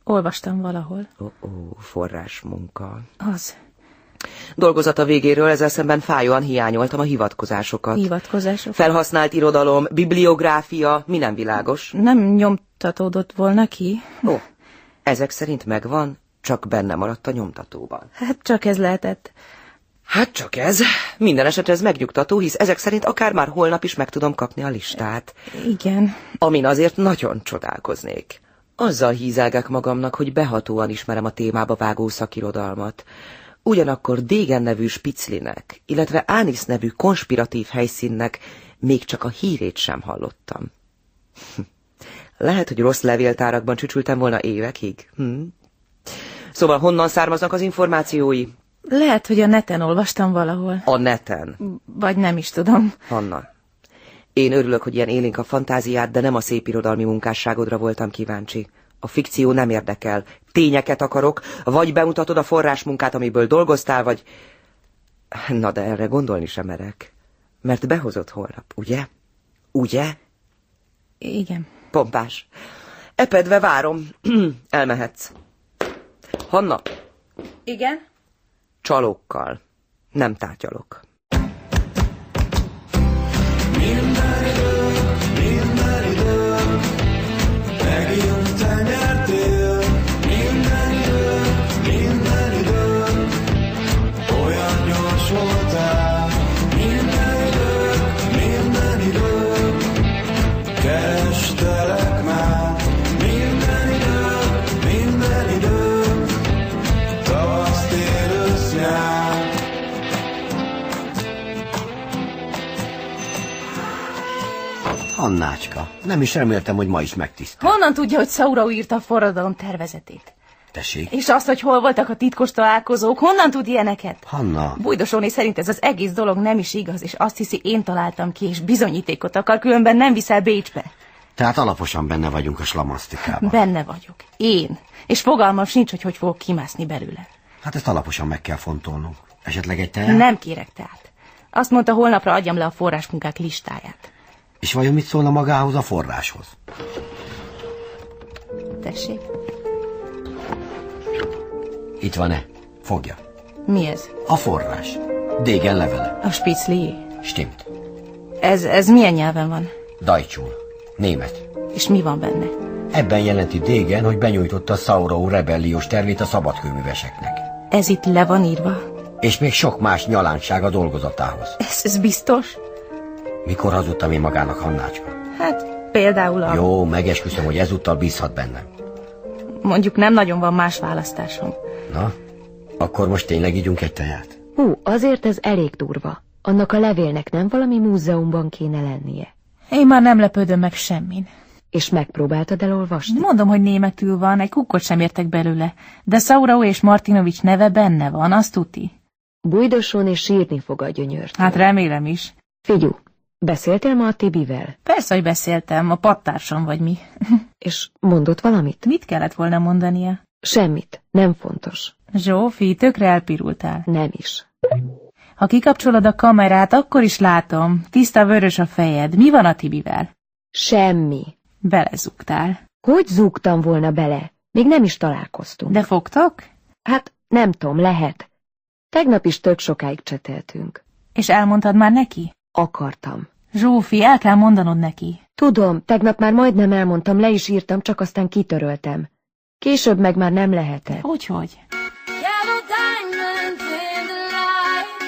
Speaker 1: Olvastam valahol.
Speaker 20: Ó, ó forrás munka.
Speaker 1: Az.
Speaker 20: Dolgozata végéről ezzel szemben fájóan hiányoltam a hivatkozásokat.
Speaker 1: Hivatkozások?
Speaker 20: Felhasznált irodalom, bibliográfia, mi nem világos?
Speaker 1: Nem nyomtatódott volna ki.
Speaker 20: Ó, ezek szerint megvan, csak benne maradt a nyomtatóban.
Speaker 1: Hát csak ez lehetett.
Speaker 20: Hát csak ez. Minden esetre ez megnyugtató, hisz ezek szerint akár már holnap is meg tudom kapni a listát.
Speaker 1: Igen.
Speaker 20: Amin azért nagyon csodálkoznék. Azzal hízelgek magamnak, hogy behatóan ismerem a témába vágó szakirodalmat. Ugyanakkor Dégen nevű Spiclinek, illetve Ánisz nevű konspiratív helyszínnek még csak a hírét sem hallottam. (laughs) Lehet, hogy rossz levéltárakban csücsültem volna évekig. Hm? Szóval honnan származnak az információi?
Speaker 1: Lehet, hogy a neten olvastam valahol.
Speaker 20: A neten?
Speaker 1: Vagy nem is tudom.
Speaker 20: Hanna, én örülök, hogy ilyen élénk a fantáziát, de nem a szép irodalmi munkásságodra voltam kíváncsi. A fikció nem érdekel. Tényeket akarok, vagy bemutatod a forrásmunkát, amiből dolgoztál, vagy... Na de erre gondolni sem merek. Mert behozott holnap, ugye? Ugye?
Speaker 1: Igen.
Speaker 20: Pompás. Epedve várom. (clears throat) Elmehetsz. Hanna.
Speaker 25: Igen?
Speaker 20: Csalókkal. Nem tárgyalok.
Speaker 15: Annácska, nem is reméltem, hogy ma is megtiszt.
Speaker 3: Honnan tudja, hogy Szaura írta a forradalom tervezetét?
Speaker 15: Tessék?
Speaker 3: És azt, hogy hol voltak a titkos találkozók, honnan tud ilyeneket?
Speaker 15: Hanna,
Speaker 3: Bújdosóni szerint ez az egész dolog nem is igaz, és azt hiszi, én találtam ki, és bizonyítékot akar, különben nem viszel Bécsbe.
Speaker 15: tehát alaposan benne vagyunk a slamasztikában.
Speaker 3: Benne vagyok. Én. És fogalmam sincs, hogy hogy fogok kimászni belőle.
Speaker 15: Hát ezt alaposan meg kell fontolnunk. Esetleg egy teát?
Speaker 3: Nem kérek tehát. Azt mondta, holnapra adjam le a forrásmunkák listáját.
Speaker 15: És vajon mit szólna magához a forráshoz?
Speaker 3: Tessék.
Speaker 15: Itt van-e? Fogja.
Speaker 3: Mi ez?
Speaker 15: A forrás. Dégen levele.
Speaker 3: A spicli?
Speaker 15: Stimmt.
Speaker 3: Ez, ez milyen nyelven van?
Speaker 15: Dajcsul. Német.
Speaker 3: És mi van benne?
Speaker 15: Ebben jelenti Dégen, hogy benyújtotta Sauró rebelliós tervét a szabadkőműveseknek.
Speaker 3: Ez itt le van írva?
Speaker 15: És még sok más nyalánkság a dolgozatához.
Speaker 3: Ez, ez biztos?
Speaker 15: Mikor hazudtam én magának, Hannácska?
Speaker 5: Hát például a...
Speaker 15: Jó, megesküszöm, hogy ezúttal bízhat bennem.
Speaker 5: Mondjuk nem nagyon van más választásom.
Speaker 15: Na, akkor most tényleg ígyunk egy teját?
Speaker 11: Hú, azért ez elég durva. Annak a levélnek nem valami múzeumban kéne lennie.
Speaker 1: Én már nem lepődöm meg semmin.
Speaker 11: És megpróbáltad elolvasni?
Speaker 1: Mondom, hogy németül van, egy kukkot sem értek belőle. De Szaurau és Martinovics neve benne van, azt tuti.
Speaker 11: Bújdoson és sírni fog a gyönyört.
Speaker 1: Hát remélem is.
Speaker 11: Figyú, beszéltél ma a Tibivel?
Speaker 1: Persze, hogy beszéltem, a pattársam vagy mi. (laughs)
Speaker 11: És mondott valamit?
Speaker 1: Mit kellett volna mondania?
Speaker 11: Semmit, nem fontos.
Speaker 1: Zsófi, tökre elpirultál.
Speaker 11: Nem is.
Speaker 1: Ha kikapcsolod a kamerát, akkor is látom. Tiszta vörös a fejed. Mi van a Tibivel?
Speaker 11: Semmi.
Speaker 1: Belezugtál.
Speaker 11: Hogy zúgtam volna bele? Még nem is találkoztunk.
Speaker 1: De fogtok?
Speaker 11: Hát nem tudom, lehet. Tegnap is tök sokáig cseteltünk.
Speaker 1: És elmondtad már neki?
Speaker 11: Akartam.
Speaker 1: Zsófi, el kell mondanod neki.
Speaker 11: Tudom, tegnap már majdnem elmondtam, le is írtam, csak aztán kitöröltem. Később meg már nem lehetett.
Speaker 1: Hogyhogy?
Speaker 7: Yellow diamonds in the light.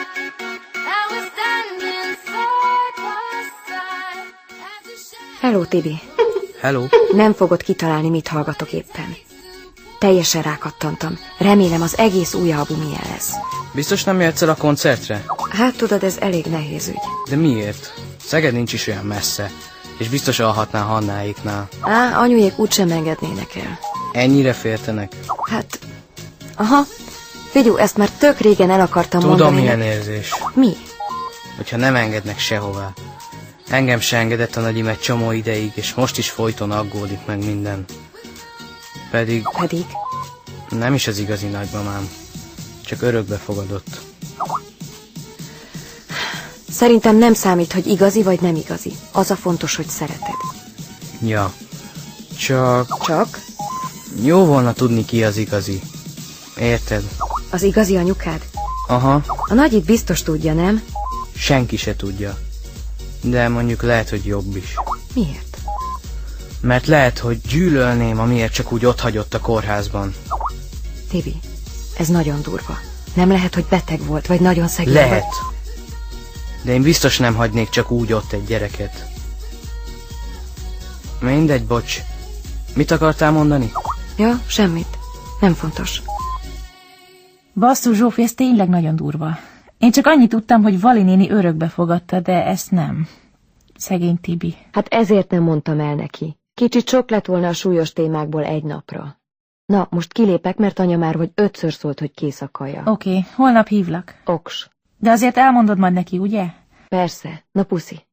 Speaker 7: And we're standing side by side. As the shadows
Speaker 11: Hello, Tibi.
Speaker 9: Hello.
Speaker 11: Nem fogod kitalálni, mit hallgatok éppen. Teljesen rákattantam. Remélem az egész új album ilyen lesz.
Speaker 9: Biztos nem jöhetsz el a koncertre?
Speaker 11: Hát tudod, ez elég nehéz ügy.
Speaker 9: De miért? Szeged nincs is olyan messze. És biztos alhatnál Hannáiknál.
Speaker 11: Á, anyujék úgysem engednének el.
Speaker 9: Ennyire féltenek.
Speaker 11: Hát, aha. Figyú, ezt már tök régen el akartam
Speaker 9: Tudom,
Speaker 11: mondani.
Speaker 9: milyen
Speaker 11: de-
Speaker 9: érzés,
Speaker 11: Mi?
Speaker 9: hogyha nem engednek sehová. Engem se engedett a nagyim egy csomó ideig, és most is folyton aggódik meg minden. Pedig
Speaker 11: Pedig?
Speaker 9: nem is az igazi nagymamám. Csak örökbe fogadott.
Speaker 11: Szerintem nem számít, hogy igazi vagy nem igazi. Az a fontos, hogy szereted.
Speaker 9: Ja. Csak
Speaker 11: Csak
Speaker 9: jó volna tudni ki az igazi. Érted?
Speaker 11: az igazi anyukád?
Speaker 9: Aha,
Speaker 11: A nagyit biztos tudja, nem?
Speaker 9: senki se tudja. De mondjuk lehet, hogy jobb is.
Speaker 11: Miért?
Speaker 9: Mert lehet, hogy gyűlölném, amiért csak úgy ott hagyott a kórházban.
Speaker 11: Tibi, ez nagyon durva. Nem lehet, hogy beteg volt, vagy nagyon szegény.
Speaker 9: Lehet.
Speaker 11: Vagy...
Speaker 9: De én biztos nem hagynék csak úgy ott egy gyereket. Mindegy, bocs. Mit akartál mondani?
Speaker 11: Ja, semmit. Nem fontos.
Speaker 1: Basszus, Zsófi, ez tényleg nagyon durva. Én csak annyit tudtam, hogy Vali néni örökbe fogadta, de ezt nem. Szegény Tibi.
Speaker 11: Hát ezért nem mondtam el neki. Kicsit sok lett volna a súlyos témákból egy napra. Na, most kilépek, mert anya már vagy ötször szólt, hogy kész a kaja.
Speaker 1: Oké, okay, holnap hívlak.
Speaker 11: Oks.
Speaker 1: De azért elmondod majd neki, ugye?
Speaker 11: Persze. Na puszi.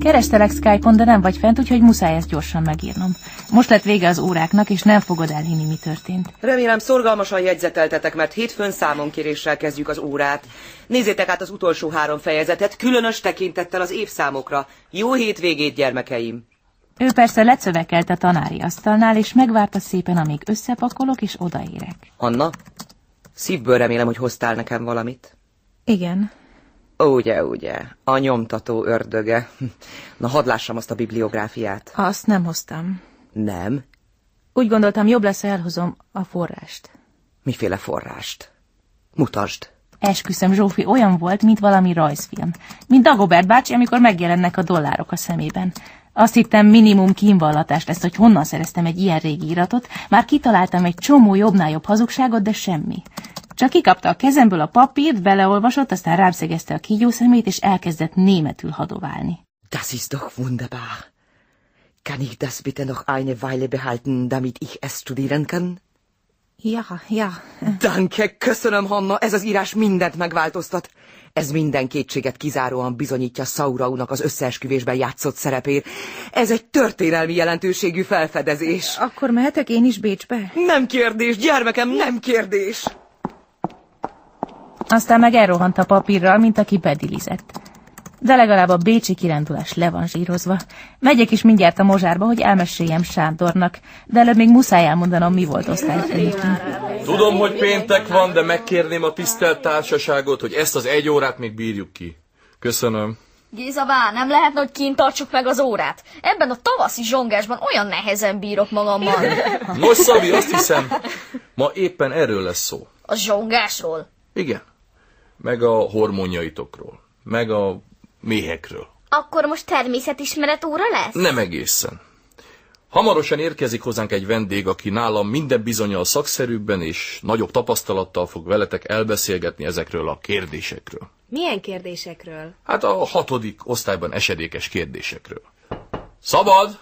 Speaker 1: Kerestelek Skype-on, de nem vagy fent, úgyhogy muszáj ezt gyorsan megírnom. Most lett vége az óráknak, és nem fogod elhinni, mi történt.
Speaker 20: Remélem szorgalmasan jegyzeteltetek, mert hétfőn számonkéréssel kezdjük az órát. Nézzétek át az utolsó három fejezetet, különös tekintettel az évszámokra. Jó hétvégét, gyermekeim!
Speaker 1: Ő persze lecövekelt a tanári asztalnál, és megvárta szépen, amíg összepakolok és odaérek.
Speaker 20: Anna, szívből remélem, hogy hoztál nekem valamit.
Speaker 1: Igen.
Speaker 20: Ugye, ugye, a nyomtató ördöge. Na, hadd lássam azt a bibliográfiát.
Speaker 1: Azt nem hoztam.
Speaker 20: Nem,
Speaker 1: Úgy gondoltam, jobb lesz, ha elhozom a forrást.
Speaker 20: miféle forrást. Mutasd.
Speaker 1: Esküszöm, Zsófi olyan volt, mint valami rajzfilm. Mint Dagobert bácsi, amikor megjelennek a dollárok a szemében. Azt hittem, minimum kínvallatás lesz, hogy honnan szereztem egy ilyen régi iratot. Már kitaláltam egy csomó jobbnál jobb hazugságot, de semmi. Csak kikapta a kezemből a papírt, beleolvasott, aztán rám szegezte a kígyó szemét, és elkezdett németül hadoválni.
Speaker 20: Das ist doch wunderbar. Kann ich das bitte noch eine Weile behalten, damit ich es studieren kann?
Speaker 5: Ja, ja.
Speaker 20: Danke, köszönöm, Hanna, ez az írás mindent megváltoztat. Ez minden kétséget kizáróan bizonyítja Sauraunak az összeesküvésben játszott szerepét. Ez egy történelmi jelentőségű felfedezés.
Speaker 5: Akkor mehetek én is Bécsbe?
Speaker 20: Nem kérdés, gyermekem, nem kérdés!
Speaker 1: Aztán meg elrohant a papírral, mint aki bedilizett. De legalább a bécsi kirándulás le van zsírozva. Megyek is mindjárt a mozsárba, hogy elmeséljem Sándornak, de előbb még muszáj elmondanom, mi volt osztályfőnökünk.
Speaker 21: Tudom, hogy péntek van, de megkérném a tisztelt társaságot, hogy ezt az egy órát még bírjuk ki. Köszönöm.
Speaker 16: Géza bá, nem lehetne, hogy kint tartsuk meg az órát? Ebben a tavaszi zsongásban olyan nehezen bírok magammal.
Speaker 21: (laughs) Nos, Szabi, azt hiszem, ma éppen erről lesz szó.
Speaker 16: A zsongásról?
Speaker 21: Igen. Meg a hormonjaitokról. Meg a méhekről.
Speaker 13: Akkor most természetismeret óra lesz?
Speaker 21: Nem egészen. Hamarosan érkezik hozzánk egy vendég, aki nálam minden bizonyal szakszerűbben és nagyobb tapasztalattal fog veletek elbeszélgetni ezekről a kérdésekről.
Speaker 19: Milyen kérdésekről?
Speaker 21: Hát a hatodik osztályban esedékes kérdésekről. Szabad!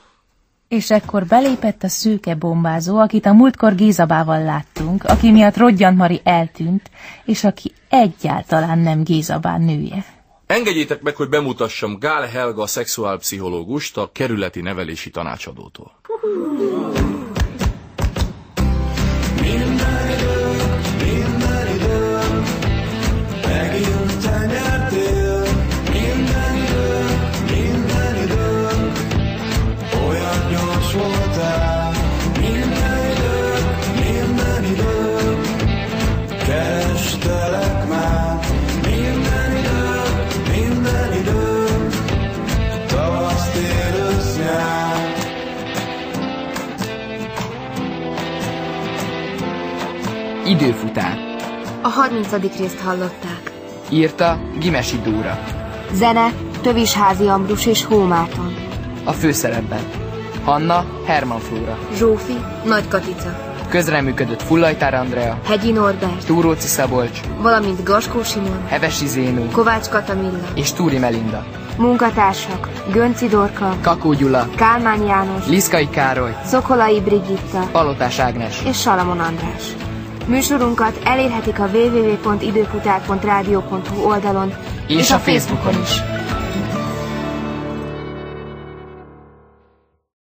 Speaker 1: És ekkor belépett a szőke bombázó, akit a múltkor Gézabával láttunk, aki miatt Rodgyant Mari eltűnt, és aki egyáltalán nem Gézabán nője.
Speaker 21: Engedjétek meg, hogy bemutassam Gál Helga szexuálpszichológust, a kerületi nevelési tanácsadótól.
Speaker 24: Kerestelek már minden idő, minden idő, tavaszt él ősz nyár.
Speaker 26: Időfutár.
Speaker 19: A 30. részt hallották.
Speaker 26: Írta Gimesi Dóra.
Speaker 19: Zene Tövisházi Ambrus és Hómárton.
Speaker 26: A főszerepben. Hanna Herman Flóra.
Speaker 19: Zsófi Nagy Katica.
Speaker 26: Közreműködött Fullajtár Andrea.
Speaker 19: Hegyi Norbert.
Speaker 26: Túróci Szabolcs.
Speaker 19: Valamint Gaskó Simon.
Speaker 26: Hevesi Zénó.
Speaker 19: Kovács Katamilla.
Speaker 26: És Túri Melinda.
Speaker 19: Munkatársak Gönci Dorka.
Speaker 26: Kakó Gyula.
Speaker 19: Kálmán János.
Speaker 26: Liszkai Károly.
Speaker 19: Szokolai Brigitta.
Speaker 26: Palotás Ágnes.
Speaker 19: és Salamon András. Műsorunkat elérhetik a www.időfutár.rádió.hu oldalon
Speaker 26: És a Facebookon is.